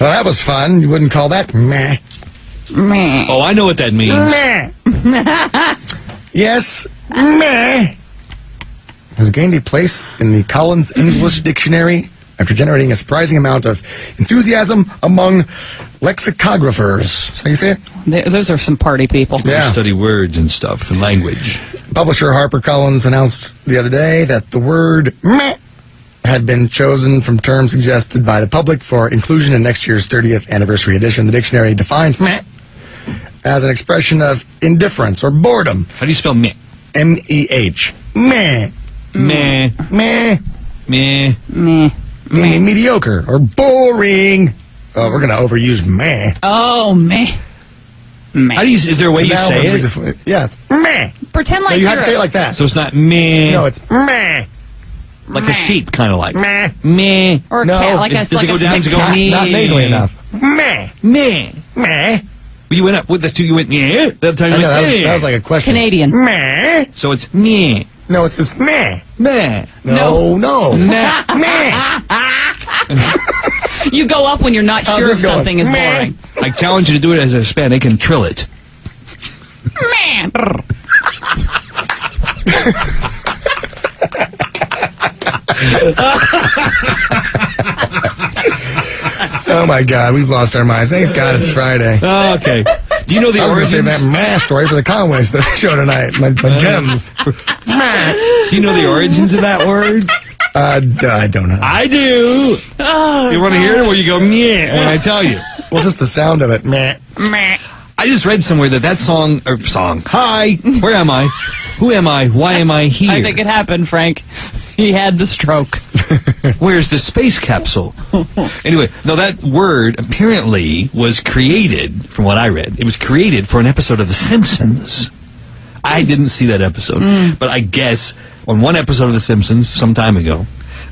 Well, that was fun. You wouldn't call that meh. Meh. Oh, I know what that means. Meh. yes, meh. Has gained a place in the Collins English Dictionary after generating a surprising amount of enthusiasm among lexicographers. So you say it? Th- Those are some party people. Yeah. Study words and stuff and language. Publisher HarperCollins announced the other day that the word meh had been chosen from terms suggested by the public for inclusion in next year's 30th anniversary edition. The dictionary defines meh as an expression of indifference or boredom. How do you spell meh? M E H. Meh. Meh. Meh. Meh. Meaning mediocre or boring. Oh, we're going to overuse meh. Oh, meh. Meh. How do you? Is there a way you now say we it? just- yeah, it's meh. Pretend No, like you are have to say it like that. so it's not meh. no, it's meh. like a sheep, kind of like Meh. meh. or a no, cat, like a, it's- does it like go a down sick to go cat. meh? Not nasally enough. Meh. Meh. Meh. Well, You went up with the two. You went meh. The other time you I went know, that was, meh. that was like a question. Canadian. Meh. so it's meh. No, it's just meh. Meh. No, no. Meh. Meh. You go up when you're not How's sure if this going? something is Meh. boring. I challenge you to do it as a Hispanic and trill it. Meh. Oh my God, we've lost our minds. Thank God it's Friday. Oh, okay. Do you know the I was going to say origins? that meh story for the Conway show tonight. My, my gems. Meh. Do you know the origins of that word? Uh, d- I don't know. I do. Oh, You want to hear it? Well, you go meh when I tell you. Well, just the sound of it. Meh. meh. I just read somewhere that that song or song. Hi, where am I? Who am I? Why am I here? I think it happened, Frank. He had the stroke. Where's the space capsule? anyway, no, that word apparently was created, from what I read, it was created for an episode of The Simpsons. I didn't see that episode, but I guess on one episode of The Simpsons some time ago,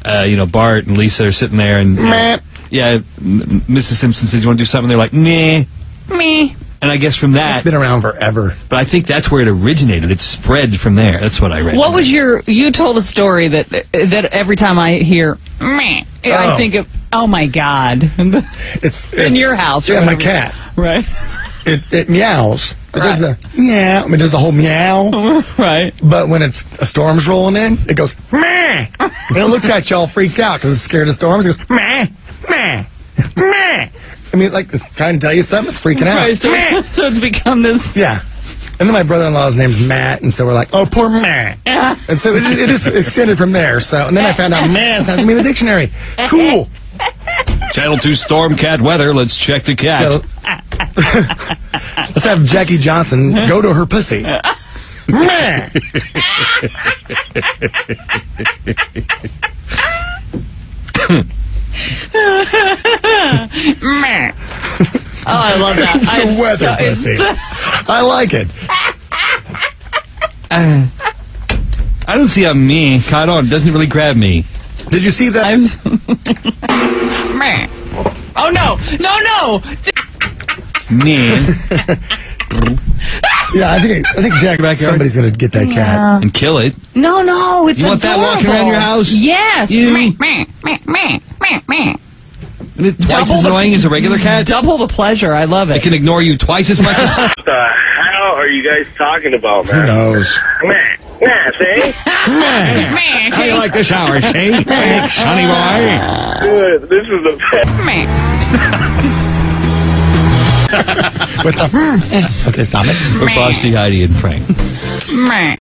uh, you know, Bart and Lisa are sitting there and. Meh. yeah, m- Mrs. Simpson says, You want to do something? They're like, Nah. Meh. And I guess from It's that, been around forever. but I think that's where it originated. It spread from there. That's what I read. What was your? You told a story that that every time I hear meh, I Oh. think of oh my god, It's, in it's- your house. or Yeah, my whatever. cat. Right, It, it meows. It does Right. the meow. I mean, does the whole meow. right. But when it's a storm's rolling in, it goes meh, and it looks at you all freaked out because it's scared of storms. It goes meh, meh, meh. I mean, like it's trying to tell you something. It's freaking out. Right, so, Meh. so it's become this. Yeah. And then my brother-in-law's name's Matt, and so we're like, oh, poor Matt. and so it, it is extended from there. So, and then I found out Matt is not going to be in the dictionary. Cool. Channel 2 Stormcat weather. Let's check the cat. So- let's have Jackie Johnson go to her pussy. Meh. Meh. Oh, I love that. I The am so- weather it's pussy. so- I like it. I don't see a me caught on. It doesn't really grab me. Did you see that? I'm so- meh. Oh no, no, no! Me yeah, I think I think Jack. Backyard? Somebody's going to get that cat. and kill it. No, no, it's You want that adorable. walking around your house? Yes. You- Meh, meh, meh, meh, meh, meh. And it's twice Double as the- annoying as a regular cat. Double the pleasure. I love It it. can ignore you twice as much as. What the hell are you guys talking about, Who man? knows? Nah, nah, see? Meh, How you like the shower, see? Big Sunny boy. Good. This is the best. meh, With the okay, stop it. We're Frosty, Heidi, and Frank. meh.